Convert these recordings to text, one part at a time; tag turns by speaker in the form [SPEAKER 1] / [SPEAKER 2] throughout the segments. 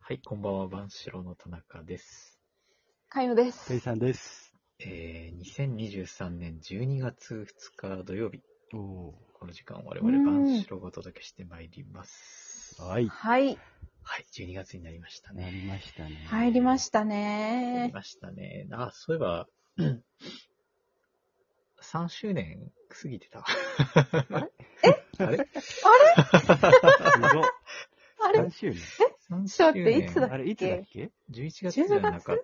[SPEAKER 1] はい、こんばんは、万代の田中です。
[SPEAKER 2] かよで
[SPEAKER 3] ペイ
[SPEAKER 2] す。
[SPEAKER 3] さんです。
[SPEAKER 1] えー、2023年12月2日土曜日、
[SPEAKER 3] おお
[SPEAKER 1] この時間我々万代がお届けしてまいります。
[SPEAKER 3] ー。はい。
[SPEAKER 2] はい、
[SPEAKER 1] はい、12月になりました
[SPEAKER 3] な
[SPEAKER 1] ね。
[SPEAKER 3] りましたね。
[SPEAKER 2] 入りまし
[SPEAKER 1] な
[SPEAKER 2] た
[SPEAKER 1] り
[SPEAKER 2] ね。
[SPEAKER 1] ましたね。あ、そういえば、3周年過ぎてた。えあれ
[SPEAKER 3] た。 すごい。
[SPEAKER 2] あれ
[SPEAKER 3] 何周年
[SPEAKER 1] ?3
[SPEAKER 2] ちょ
[SPEAKER 1] 周
[SPEAKER 2] っと待って
[SPEAKER 1] 年
[SPEAKER 2] いつだっけ
[SPEAKER 3] あれ、いつだっけ
[SPEAKER 1] ?11 月じゃなかっ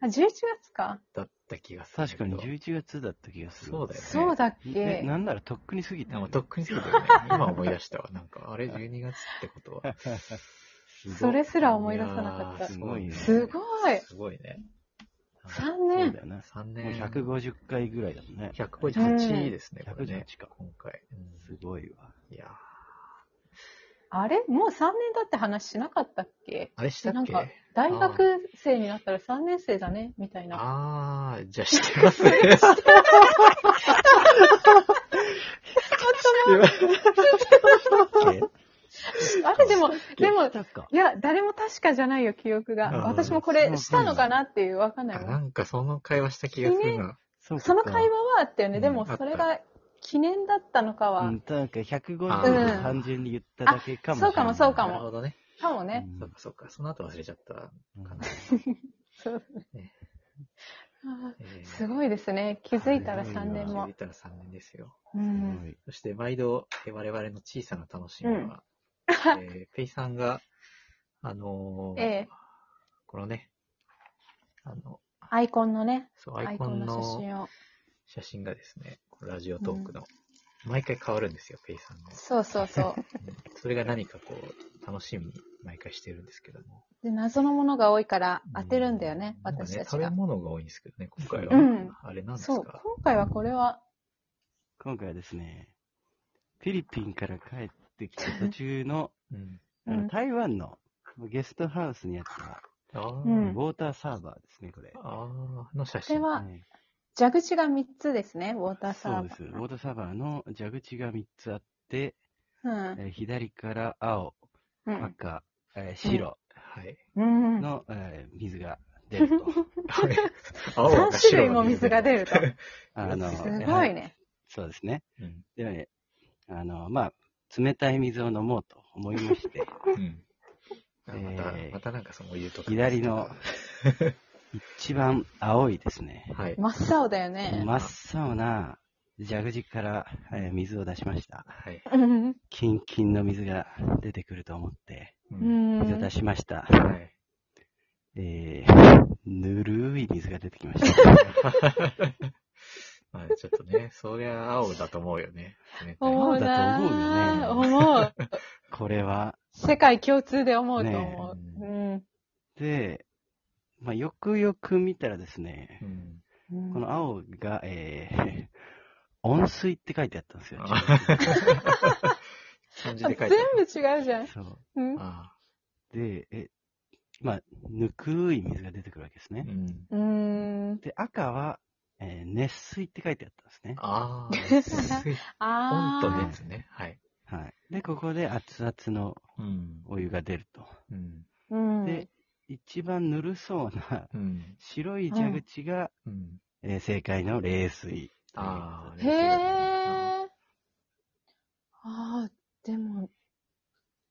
[SPEAKER 2] あ、11月か。
[SPEAKER 1] たった気がする
[SPEAKER 3] 確
[SPEAKER 1] けど。
[SPEAKER 3] かに11月だった気がする。
[SPEAKER 1] そうだよね。
[SPEAKER 2] そうだっ
[SPEAKER 3] え、
[SPEAKER 2] け
[SPEAKER 3] なんならとっくに過ぎた
[SPEAKER 1] なん
[SPEAKER 3] よ。
[SPEAKER 1] かとっくに過ぎてるね。今思い出したわ。なんか、あれ、12月ってこと は。
[SPEAKER 3] すごい
[SPEAKER 2] それすら思い出さなかっ
[SPEAKER 1] やー
[SPEAKER 2] た
[SPEAKER 3] す。ごいね
[SPEAKER 2] すごい
[SPEAKER 1] すごいね。
[SPEAKER 2] 3
[SPEAKER 3] そう
[SPEAKER 2] 年
[SPEAKER 3] だ。よな。も
[SPEAKER 1] 3
[SPEAKER 3] う
[SPEAKER 1] 年。
[SPEAKER 3] 150回ぐらいだもんね。
[SPEAKER 1] 158ですね、
[SPEAKER 3] うん
[SPEAKER 1] これね。
[SPEAKER 3] 158か
[SPEAKER 1] 今回。
[SPEAKER 3] すごいわ。
[SPEAKER 1] うんいやー
[SPEAKER 2] あれもう3年だって話しなかったっけ
[SPEAKER 1] あれしたっけ
[SPEAKER 2] なんか大学生になったら3年生だね、みたいな。
[SPEAKER 1] あー、じゃあしてますね。
[SPEAKER 2] あれでも、でも
[SPEAKER 3] 来、たか
[SPEAKER 2] いや、誰も確かじゃないよ、記憶
[SPEAKER 1] あー
[SPEAKER 2] が。私もこれしたのかなっていう、わかんない
[SPEAKER 1] あ
[SPEAKER 2] も。
[SPEAKER 1] なんんかその会話した気がするな。
[SPEAKER 3] そうか
[SPEAKER 2] その会話はあったよ
[SPEAKER 1] う
[SPEAKER 2] ね。
[SPEAKER 1] ん
[SPEAKER 2] でも、それが記念だったのか
[SPEAKER 3] う
[SPEAKER 2] は、
[SPEAKER 3] ん、なんか
[SPEAKER 1] あ
[SPEAKER 3] 150
[SPEAKER 1] ー
[SPEAKER 3] を単純に言っただけかもしれない。
[SPEAKER 2] あそうかもそうか
[SPEAKER 1] な
[SPEAKER 2] も
[SPEAKER 1] るほどね。
[SPEAKER 2] かもね。
[SPEAKER 1] そうかそうか。その後忘れちゃった
[SPEAKER 3] うん
[SPEAKER 1] かな。
[SPEAKER 2] そうだね
[SPEAKER 1] ね。
[SPEAKER 2] あ
[SPEAKER 1] えー
[SPEAKER 2] ーすごいですね。気づいたら3年
[SPEAKER 1] 気づ
[SPEAKER 2] も
[SPEAKER 1] い。たら3年ですよ。
[SPEAKER 2] う
[SPEAKER 3] うんんすごい
[SPEAKER 1] そして毎度、えー我々の小さな楽しみは、えーペイさんが、あのー
[SPEAKER 2] ええ
[SPEAKER 1] このね、あの、
[SPEAKER 2] アイコンのね、
[SPEAKER 1] そう、ア
[SPEAKER 2] ア
[SPEAKER 1] イ
[SPEAKER 2] イ
[SPEAKER 1] コ
[SPEAKER 2] コン
[SPEAKER 1] ン
[SPEAKER 2] の写
[SPEAKER 1] の
[SPEAKER 2] 真を。
[SPEAKER 1] 写真がですね、このラジオトークの、毎回変わるんですよ、ペイさんの。
[SPEAKER 2] そうそうそう。
[SPEAKER 1] うんそれが何かこう、楽しみに毎回してるんですけども。
[SPEAKER 2] で、謎のものが多いから当てるんだよね、
[SPEAKER 1] なんか
[SPEAKER 2] 私たち
[SPEAKER 1] 食べ
[SPEAKER 2] が。
[SPEAKER 1] 物が多いんですけどね、今回は。
[SPEAKER 2] うん
[SPEAKER 1] あれなんです
[SPEAKER 2] そう、今
[SPEAKER 1] か
[SPEAKER 2] 回はこれは、
[SPEAKER 3] 今回はですね、フィリピンから帰っ てきた途中の、
[SPEAKER 1] うん。
[SPEAKER 3] あ
[SPEAKER 2] う
[SPEAKER 3] の
[SPEAKER 2] ん
[SPEAKER 3] 台湾のゲストハウスにあった、
[SPEAKER 1] あー、
[SPEAKER 2] うん
[SPEAKER 3] ウォーターサーバーですね、これ。
[SPEAKER 1] あーの写
[SPEAKER 2] これ
[SPEAKER 1] 真。
[SPEAKER 2] は
[SPEAKER 3] はい
[SPEAKER 2] 蛇口が3つですね、ウォーターサーバ
[SPEAKER 3] そう
[SPEAKER 2] ー。
[SPEAKER 3] です。ウォーターサーバーの蛇口が3つあって、
[SPEAKER 2] うん
[SPEAKER 3] えー左から青、
[SPEAKER 2] うん
[SPEAKER 3] 赤、えー白
[SPEAKER 1] はい。
[SPEAKER 2] うん。
[SPEAKER 3] の、えー水が出 ると。
[SPEAKER 2] 3種類も水が
[SPEAKER 1] る。
[SPEAKER 2] 出ると。
[SPEAKER 3] あの
[SPEAKER 2] すご
[SPEAKER 3] はいい
[SPEAKER 2] ね。
[SPEAKER 3] そうですね。
[SPEAKER 1] うん。
[SPEAKER 3] でね、あの、まあ、冷たい水を飲もうと思いま して、
[SPEAKER 1] うん。あまた
[SPEAKER 3] え、ー
[SPEAKER 1] またなんかそのお湯とか。
[SPEAKER 3] 左の。一番青いですね、
[SPEAKER 1] はい。
[SPEAKER 2] 真っ青だよね。
[SPEAKER 3] 真っ青な蛇口から、えー水を出しました。
[SPEAKER 1] はい。
[SPEAKER 2] うん。
[SPEAKER 3] キンキンの水が出てくると思って、
[SPEAKER 1] う
[SPEAKER 2] う。
[SPEAKER 3] 水を出
[SPEAKER 2] ん。
[SPEAKER 3] しました。
[SPEAKER 1] はい。
[SPEAKER 3] えー、ぬるい水が出てきま した。
[SPEAKER 1] まあちょっとね、そりゃ青だと思うよね。ね
[SPEAKER 2] 思う
[SPEAKER 3] ま
[SPEAKER 2] な
[SPEAKER 3] あだ
[SPEAKER 2] ぁ。
[SPEAKER 3] と
[SPEAKER 2] 思う。
[SPEAKER 3] これは。
[SPEAKER 2] 世界共通で思うと思う。うん
[SPEAKER 3] で、まあ、よくよく見たらですね
[SPEAKER 1] う、ん。
[SPEAKER 2] うん
[SPEAKER 3] この青が、えー、温水って書いてあったんですよ。
[SPEAKER 1] あ漢字
[SPEAKER 2] あ
[SPEAKER 1] で
[SPEAKER 2] 全
[SPEAKER 1] 書い
[SPEAKER 2] 部
[SPEAKER 1] て
[SPEAKER 2] 違うじ ゃん。
[SPEAKER 3] そう。
[SPEAKER 2] うん
[SPEAKER 1] あ
[SPEAKER 3] で、え、まあ、ぬくい水が出てくるわけです
[SPEAKER 1] る。
[SPEAKER 3] ね
[SPEAKER 1] う。ん。
[SPEAKER 2] うーん。
[SPEAKER 3] で、赤は、えー熱水って書いてあったんですね。
[SPEAKER 1] ああ、 水温
[SPEAKER 2] あ
[SPEAKER 1] と
[SPEAKER 2] ー
[SPEAKER 1] 熱ね。はい。
[SPEAKER 3] はい。で、ここで熱々の
[SPEAKER 1] うん。
[SPEAKER 3] お湯が出ると。
[SPEAKER 1] うん。
[SPEAKER 2] うん。
[SPEAKER 3] で、一番ぬるそうな
[SPEAKER 1] うん。
[SPEAKER 3] 白い蛇口が、
[SPEAKER 1] うん。
[SPEAKER 3] えー正解の冷水。
[SPEAKER 1] あー
[SPEAKER 2] へえ。ああ、でも、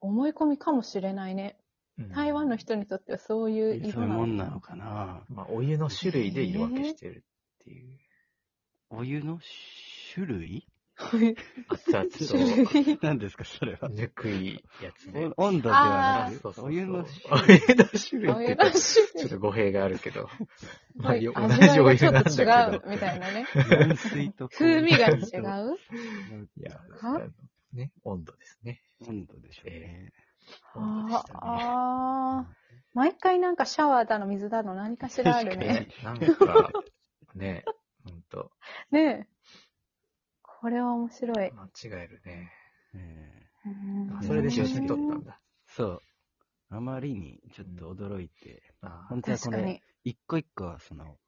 [SPEAKER 2] 思い込みかもしれないね。
[SPEAKER 1] うん
[SPEAKER 2] 台湾の。人にとってはそう
[SPEAKER 3] そ
[SPEAKER 2] いうう
[SPEAKER 3] い
[SPEAKER 2] 色
[SPEAKER 3] う
[SPEAKER 2] な
[SPEAKER 3] もん
[SPEAKER 2] の。
[SPEAKER 3] なのかな。
[SPEAKER 1] まあお湯の種類で色分けしてるっていう。
[SPEAKER 3] お湯の種類
[SPEAKER 1] 熱々
[SPEAKER 2] 種
[SPEAKER 1] と
[SPEAKER 2] 類
[SPEAKER 3] 何ですか、それは。
[SPEAKER 1] ぬくいやつね。
[SPEAKER 3] お温度では
[SPEAKER 1] あー
[SPEAKER 3] な
[SPEAKER 1] そうそう
[SPEAKER 3] く、
[SPEAKER 1] そう
[SPEAKER 3] お湯の
[SPEAKER 1] お
[SPEAKER 3] 種類。
[SPEAKER 1] 湯の種類
[SPEAKER 2] お
[SPEAKER 1] って言
[SPEAKER 2] 湯
[SPEAKER 1] う
[SPEAKER 2] の
[SPEAKER 1] とちょっ
[SPEAKER 2] 種
[SPEAKER 1] と語弊があるけど。まあ、
[SPEAKER 2] 類
[SPEAKER 1] よ
[SPEAKER 2] は
[SPEAKER 1] 同
[SPEAKER 2] 味わ
[SPEAKER 1] じお
[SPEAKER 2] いがち
[SPEAKER 1] 湯
[SPEAKER 2] ょ
[SPEAKER 1] な
[SPEAKER 2] っ
[SPEAKER 1] んだ
[SPEAKER 2] と
[SPEAKER 1] けど
[SPEAKER 2] 違う。みたいなね。
[SPEAKER 3] 温水と
[SPEAKER 2] 風味が違
[SPEAKER 3] う。
[SPEAKER 2] う
[SPEAKER 1] いや、
[SPEAKER 2] は
[SPEAKER 1] あのね、温度ですね。
[SPEAKER 3] 温度でしょうね。
[SPEAKER 1] 温度で
[SPEAKER 2] あ
[SPEAKER 1] したね。
[SPEAKER 2] あー。毎回なんかシャワーだの水だの何かしらあるね。
[SPEAKER 1] なんか、ね、ほんと、
[SPEAKER 2] ねえ。これは面白い。
[SPEAKER 1] 間違えるね。
[SPEAKER 3] えー
[SPEAKER 2] うん
[SPEAKER 1] あそれで写真撮ったんだ。
[SPEAKER 3] そう。あまりにちょっと驚いて、
[SPEAKER 1] あ
[SPEAKER 3] 本当は
[SPEAKER 2] 確
[SPEAKER 3] こ
[SPEAKER 2] か
[SPEAKER 3] れ、
[SPEAKER 2] に。
[SPEAKER 3] 一個一個はその、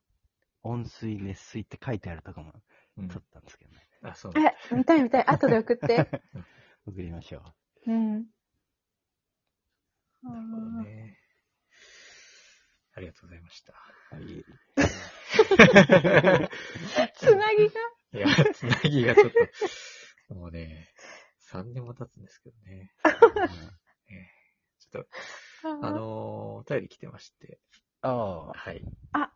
[SPEAKER 3] 温水、熱水って書いてあるとこも
[SPEAKER 1] ー、うん
[SPEAKER 3] 撮ったんですけどね。
[SPEAKER 1] あ、そうだ。
[SPEAKER 2] え、見たい見たい。後で送って。
[SPEAKER 3] 送りましょう。
[SPEAKER 2] うん。
[SPEAKER 1] なるほどね。ありがとうございました。
[SPEAKER 3] はい。
[SPEAKER 1] い
[SPEAKER 2] つなぎが
[SPEAKER 1] や、つなぎがちょっと、もうね、3年も経つんですけどね。ちょっと、あのー、お便り来てまして。
[SPEAKER 3] ああ。
[SPEAKER 1] はい。
[SPEAKER 2] あ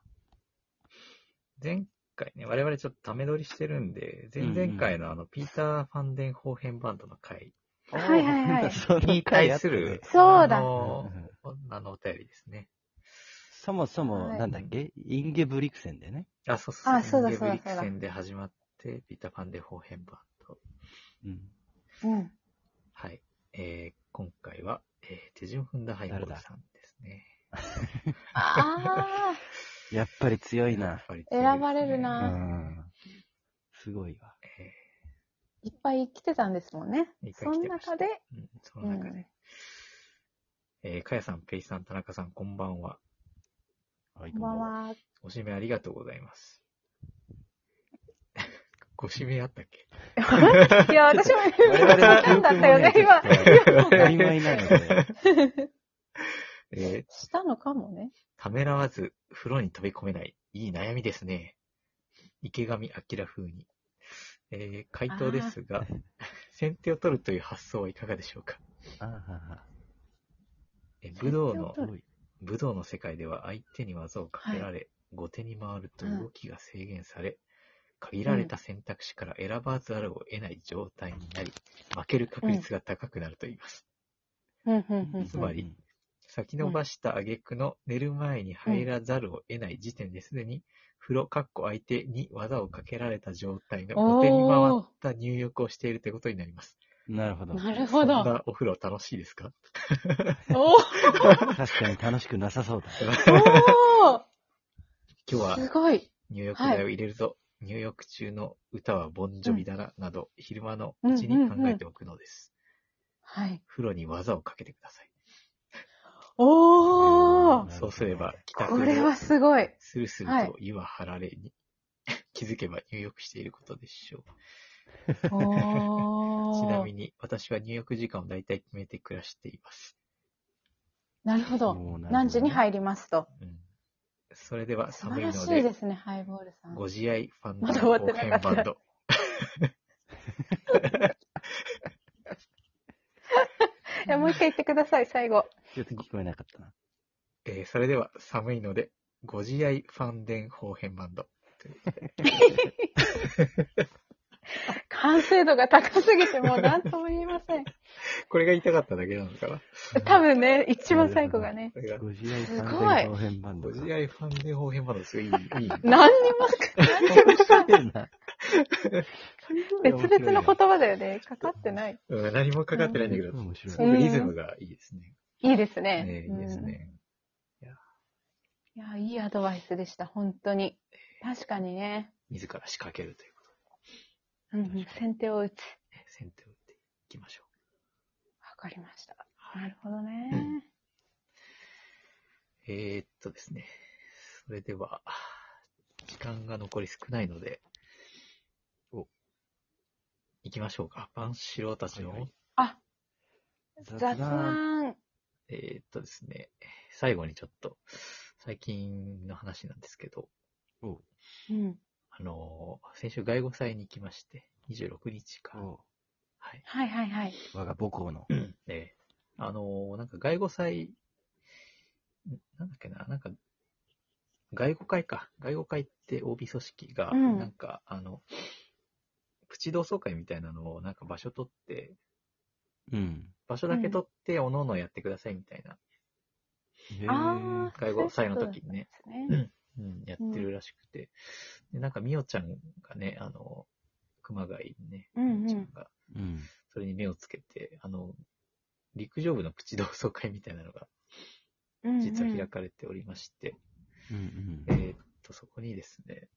[SPEAKER 1] 前回ね、我々ちょっとため撮りしてるんで、前々回のあの、ピーター・ファンデン・ホーヘンバンドの 回
[SPEAKER 2] はいはいはい
[SPEAKER 3] その
[SPEAKER 1] に
[SPEAKER 3] 回
[SPEAKER 1] 対
[SPEAKER 3] あった
[SPEAKER 1] す
[SPEAKER 3] ね
[SPEAKER 1] る、
[SPEAKER 2] そうだ
[SPEAKER 1] あ
[SPEAKER 3] うん
[SPEAKER 1] の
[SPEAKER 3] うん
[SPEAKER 1] ー、あのお便りですね。
[SPEAKER 3] そもそも、
[SPEAKER 2] はい
[SPEAKER 3] なんだっけ、インゲブリクセンでね。
[SPEAKER 1] あ、そう
[SPEAKER 2] あそうだ
[SPEAKER 1] インゲブリ
[SPEAKER 2] そう
[SPEAKER 1] ク
[SPEAKER 2] だそうだ
[SPEAKER 1] センで始まって、ピーター・ファンデン・ホーヘンバンド。
[SPEAKER 3] うん。
[SPEAKER 2] うん。
[SPEAKER 1] はい。えー、今回は、えー、手順踏んだハイボールさんですね。
[SPEAKER 2] ああ、
[SPEAKER 3] やっぱり強い
[SPEAKER 1] や
[SPEAKER 3] な
[SPEAKER 1] っ。ぱり強いですね
[SPEAKER 2] 選ばれる
[SPEAKER 3] う
[SPEAKER 2] なあ
[SPEAKER 3] ん。すごいわ。
[SPEAKER 1] え
[SPEAKER 2] いっぱい来てたんですもんね
[SPEAKER 1] いっ。ぱい
[SPEAKER 2] そ
[SPEAKER 1] 来
[SPEAKER 2] の
[SPEAKER 1] てました
[SPEAKER 2] 中で、
[SPEAKER 1] ーうん、そうの中で、
[SPEAKER 2] ん。
[SPEAKER 1] えー、かやさん、ペイさん、田中さん、こんばんは。
[SPEAKER 3] はい
[SPEAKER 2] こんばんは。
[SPEAKER 1] ご指名ありがとうございます。 ご指名あったっけ
[SPEAKER 2] いや、私も
[SPEAKER 3] 我々の記
[SPEAKER 2] なん
[SPEAKER 3] 憶
[SPEAKER 2] だ
[SPEAKER 3] も
[SPEAKER 2] ったよね、今。
[SPEAKER 3] 当たり前なので。
[SPEAKER 1] えー
[SPEAKER 2] したのかもね。
[SPEAKER 1] ためらわず風呂に飛び込めない。いい悩みですね。池上彰風に。えー回答ですが、 先手を取るという発想はいかがでしょうか。
[SPEAKER 3] ああ
[SPEAKER 1] えー武道の
[SPEAKER 2] 先手を取る、
[SPEAKER 3] すごい。
[SPEAKER 1] 武道の世界では相手に技をかけられ、後手に回ると動きが制限され、限られた選択肢から選ばざるを得ない状態になり、負ける確率が高くなると言います。
[SPEAKER 2] うん、うん、うん。
[SPEAKER 1] つまり
[SPEAKER 3] うん、
[SPEAKER 1] 先延ばした挙句の寝る前に入らざるを得ない時点ですでに、風呂かっこ相手に技をかけられた状態の後手に回った入浴をしているということになります。
[SPEAKER 3] なるほど。
[SPEAKER 2] なるほ
[SPEAKER 1] そん
[SPEAKER 2] ど。
[SPEAKER 1] なお風呂楽しいですか
[SPEAKER 2] お
[SPEAKER 3] 確かに楽しくなさそうだ。
[SPEAKER 2] ー
[SPEAKER 1] 今日は
[SPEAKER 2] すごい。
[SPEAKER 1] 入浴剤を入れるぞ、入浴中の歌はボンジョビだな、など、昼間のうちに考えておくのです。
[SPEAKER 2] はい。
[SPEAKER 1] 風呂に技をかけてください。
[SPEAKER 2] おー
[SPEAKER 3] なるほどね
[SPEAKER 1] そうすれば、帰宅
[SPEAKER 2] これはすごい。
[SPEAKER 1] スルスルと湯は張られに、気づけば入浴していることでしょう。
[SPEAKER 2] お
[SPEAKER 1] ちなみ
[SPEAKER 2] ー。
[SPEAKER 1] に、私は入浴時間をだいたい決めて暮らしています。
[SPEAKER 2] なるほど。
[SPEAKER 3] もうなるほどね
[SPEAKER 2] 何時に入りますと。
[SPEAKER 1] うん、それでは
[SPEAKER 2] 素
[SPEAKER 1] 寒
[SPEAKER 2] 晴
[SPEAKER 1] い
[SPEAKER 2] らし
[SPEAKER 1] の
[SPEAKER 2] い
[SPEAKER 1] で
[SPEAKER 2] で、すね、ハイボールさん。
[SPEAKER 1] ご自愛ファン
[SPEAKER 2] まだ
[SPEAKER 1] の
[SPEAKER 2] 終わっ
[SPEAKER 1] 後
[SPEAKER 2] てなか
[SPEAKER 1] 編
[SPEAKER 2] っ
[SPEAKER 1] バ
[SPEAKER 2] た
[SPEAKER 1] ンド。
[SPEAKER 2] いやもう一回言ってください、最後。
[SPEAKER 3] ちょっと聞こえなかったな。
[SPEAKER 1] えーそれでは寒いので、ご自愛ファンデン後編バンド。
[SPEAKER 2] 完成度が高 すぎて、もう何とも言えません。
[SPEAKER 1] これが言いたかっただけなのかな。
[SPEAKER 2] 多分ね、一番最後がね。
[SPEAKER 1] これが
[SPEAKER 3] ご自愛
[SPEAKER 2] すごい
[SPEAKER 3] 後編バンド
[SPEAKER 1] ご
[SPEAKER 3] か。
[SPEAKER 1] 自愛ファンデン後編バンドです ごいいい。いい
[SPEAKER 2] 何にも、
[SPEAKER 3] 面白いな。
[SPEAKER 2] 別々の言葉だよね。かかってない。
[SPEAKER 1] うん何もかかってないんだけど、
[SPEAKER 3] 面白
[SPEAKER 1] す
[SPEAKER 3] い。
[SPEAKER 1] ごくリズムがいいですね。
[SPEAKER 2] いいです
[SPEAKER 1] ねい
[SPEAKER 2] ね。
[SPEAKER 1] いですね。
[SPEAKER 2] うん。いや、いいアドバイスでした、本当に。確かにね。
[SPEAKER 1] 自ら仕掛けるということ
[SPEAKER 2] うんうん、先手を打つ。
[SPEAKER 1] で、ね、先手を打っていきましょう。
[SPEAKER 2] わかりました。
[SPEAKER 1] はい
[SPEAKER 2] なるほどね。
[SPEAKER 1] えー、っとですね。それでは、時間が残り少ないので、
[SPEAKER 3] お
[SPEAKER 1] 行きましょうか。万四郎たちの、
[SPEAKER 3] はいはい
[SPEAKER 2] あ、雑
[SPEAKER 3] 雑談。
[SPEAKER 2] 談。
[SPEAKER 1] えー、っとですね、最後にちょっと、最近の話なんですけど、
[SPEAKER 2] うん。
[SPEAKER 1] あのー先週外語祭に行きまして、26日か。
[SPEAKER 3] お
[SPEAKER 1] はい。
[SPEAKER 2] はいはいはい。
[SPEAKER 3] 我が母校の。
[SPEAKER 1] で、あのーなんか外語祭、んなんだっけな、なんか、外語会か。外語会って OB 組織が、
[SPEAKER 2] うん
[SPEAKER 1] なんか、あの、プチ同窓会みたいなのを、なんか場所取って、
[SPEAKER 3] うん。
[SPEAKER 1] 場所だけ取って、おのおのやってくださいみたいな、
[SPEAKER 3] へー
[SPEAKER 2] ああ。
[SPEAKER 1] 介護祭の時にね
[SPEAKER 2] そういうことなんですね。
[SPEAKER 1] うん、やってるらしくて。で、なんか、みおちゃんがね、あの、熊谷にね、
[SPEAKER 2] うんうん
[SPEAKER 1] みおちゃんが、
[SPEAKER 3] うん。
[SPEAKER 1] それに目をつけて、あの、陸上部のプチ同窓会みたいなのが、
[SPEAKER 2] うんうん
[SPEAKER 1] 実は開かれておりまして、
[SPEAKER 3] うん
[SPEAKER 1] えーっと、そこにですね、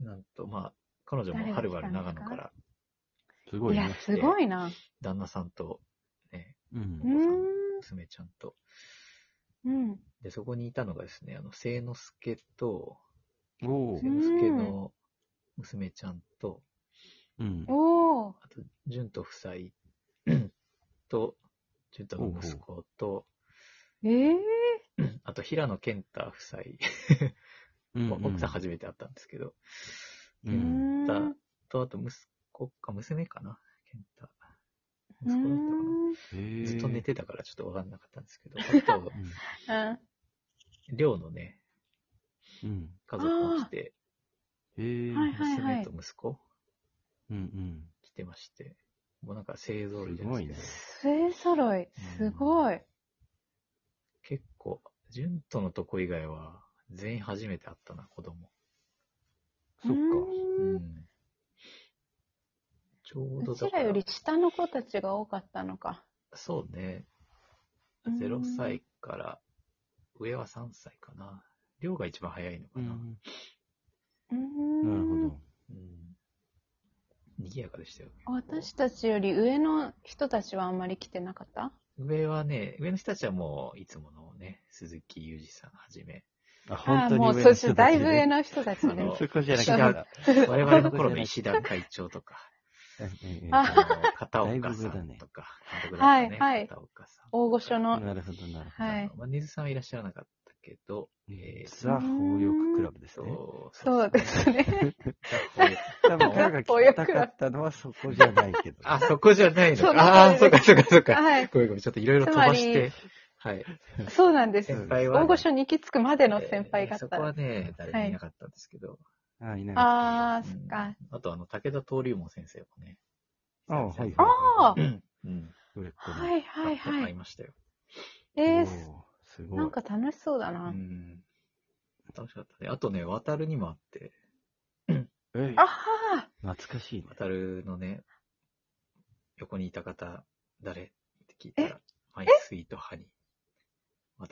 [SPEAKER 1] なんと、まあ、彼女もはるばる長野から、
[SPEAKER 3] すごい
[SPEAKER 2] いや
[SPEAKER 3] ね。、
[SPEAKER 2] すごいな。
[SPEAKER 1] 旦那さんと、ね、
[SPEAKER 3] うん
[SPEAKER 2] う。ん。
[SPEAKER 1] 娘ちゃんと、
[SPEAKER 2] うん。
[SPEAKER 1] で、そこにいたのがですね、あの、聖之助と、
[SPEAKER 3] お
[SPEAKER 1] 聖
[SPEAKER 3] ー
[SPEAKER 1] 之助の娘ちゃんと、
[SPEAKER 3] うん。
[SPEAKER 2] おー。
[SPEAKER 1] あと、純と夫妻と、純との息子と、
[SPEAKER 2] ええ
[SPEAKER 1] うんああと、平野健太夫妻、
[SPEAKER 3] うん
[SPEAKER 1] まあ奥さん初めて会ったんですけど、
[SPEAKER 3] う
[SPEAKER 2] うー
[SPEAKER 3] ん。
[SPEAKER 2] ん。
[SPEAKER 1] だ
[SPEAKER 2] う
[SPEAKER 1] と、あと、息子か娘かな、健太。息
[SPEAKER 2] ー
[SPEAKER 1] 子だったかな。
[SPEAKER 2] ん。
[SPEAKER 3] へー
[SPEAKER 1] ずっと寝てたからちょっとわかんなかったんですけ ど、あと、
[SPEAKER 2] うん
[SPEAKER 1] 寮のね、
[SPEAKER 3] うん。うん。
[SPEAKER 1] 家族も来て、
[SPEAKER 3] へー
[SPEAKER 2] はいはい
[SPEAKER 1] 娘と息子
[SPEAKER 3] うんうん。
[SPEAKER 1] 来てまして、もうなんか勢ぞろいじゃないです
[SPEAKER 2] 末揃い。すごい。
[SPEAKER 1] けど、結構、純とのとこ以外は、全員初めて会ったな、子供。
[SPEAKER 3] そっか。
[SPEAKER 1] う。
[SPEAKER 2] うん
[SPEAKER 1] ちょうど
[SPEAKER 2] う
[SPEAKER 1] だ
[SPEAKER 2] ち
[SPEAKER 1] から
[SPEAKER 2] より下の子たちが多かったのか。
[SPEAKER 1] そうね、
[SPEAKER 2] うん
[SPEAKER 1] 0歳から、上は3歳かな。量が一番早いのか
[SPEAKER 3] う
[SPEAKER 1] な。
[SPEAKER 3] ん。
[SPEAKER 2] うーん
[SPEAKER 3] なるほど。
[SPEAKER 1] うん。賑やかでしたよ。
[SPEAKER 2] 私たちより上の人たちはあんまり来てなかった
[SPEAKER 1] 上はね、上の人たちはもう、いつものね、鈴木裕二さんはじめ、
[SPEAKER 3] あ、
[SPEAKER 2] あ
[SPEAKER 3] 本
[SPEAKER 2] あ
[SPEAKER 3] 当に
[SPEAKER 2] もう
[SPEAKER 3] 上
[SPEAKER 2] そ
[SPEAKER 3] の
[SPEAKER 2] うそうだ
[SPEAKER 3] 人た
[SPEAKER 2] い
[SPEAKER 3] ち
[SPEAKER 2] ぶ上
[SPEAKER 3] ね。
[SPEAKER 2] の人たち
[SPEAKER 1] あ
[SPEAKER 2] ね
[SPEAKER 1] の。
[SPEAKER 3] そこじゃな
[SPEAKER 1] 違
[SPEAKER 3] か
[SPEAKER 1] う
[SPEAKER 3] った。
[SPEAKER 1] 我々の頃の石田会長とか、
[SPEAKER 3] うんうん
[SPEAKER 2] あ
[SPEAKER 1] あの片岡さ
[SPEAKER 3] だいぶ
[SPEAKER 1] ん
[SPEAKER 3] 上
[SPEAKER 1] と
[SPEAKER 3] だ
[SPEAKER 1] か、監督だったね、
[SPEAKER 2] はいはい
[SPEAKER 1] 片岡さん。
[SPEAKER 2] 大御所の。
[SPEAKER 3] なるほど、なるほ
[SPEAKER 2] はい
[SPEAKER 1] あ。のまあ、根津さんはいらっしゃらなかったけど、
[SPEAKER 3] ど。
[SPEAKER 1] えー
[SPEAKER 3] ザ・法力クラブですね。
[SPEAKER 1] そう、
[SPEAKER 2] そうです ね。
[SPEAKER 1] そうですね
[SPEAKER 3] 多分、彼が聞きたかったのはそこじゃないけど。
[SPEAKER 1] あ、そこじゃないの
[SPEAKER 2] そ
[SPEAKER 1] か
[SPEAKER 2] う。
[SPEAKER 1] ああー、そっかそっかそっか。
[SPEAKER 2] はい。
[SPEAKER 1] ごめんごめん、ちょっといろいろ飛ばして。はい。
[SPEAKER 2] そうなんです。
[SPEAKER 1] 先輩は、
[SPEAKER 2] 大御所に行き着くまでの先輩
[SPEAKER 1] えーそ
[SPEAKER 2] 方。
[SPEAKER 1] こはね、誰もいなかったんですけど。
[SPEAKER 3] あ、いない。
[SPEAKER 2] ああ、
[SPEAKER 1] う
[SPEAKER 2] そっ
[SPEAKER 1] ん
[SPEAKER 2] か。
[SPEAKER 1] あと、あの、武田登竜門先生もね。
[SPEAKER 3] あはいはい。
[SPEAKER 2] ああ
[SPEAKER 1] うん。
[SPEAKER 3] 売れっ子の
[SPEAKER 2] はいはいは
[SPEAKER 1] 買い
[SPEAKER 2] い。
[SPEAKER 1] ましたよ。
[SPEAKER 2] えー、
[SPEAKER 3] おーすごい。
[SPEAKER 2] なんか楽しそうだ
[SPEAKER 1] う
[SPEAKER 2] な。
[SPEAKER 1] ん。楽しかったね。あとね、渡るにもあって、
[SPEAKER 3] え
[SPEAKER 2] ああ
[SPEAKER 3] 懐かしいね。
[SPEAKER 1] 渡るのね、横にいた方、誰って聞いたら、マイスイートハニーって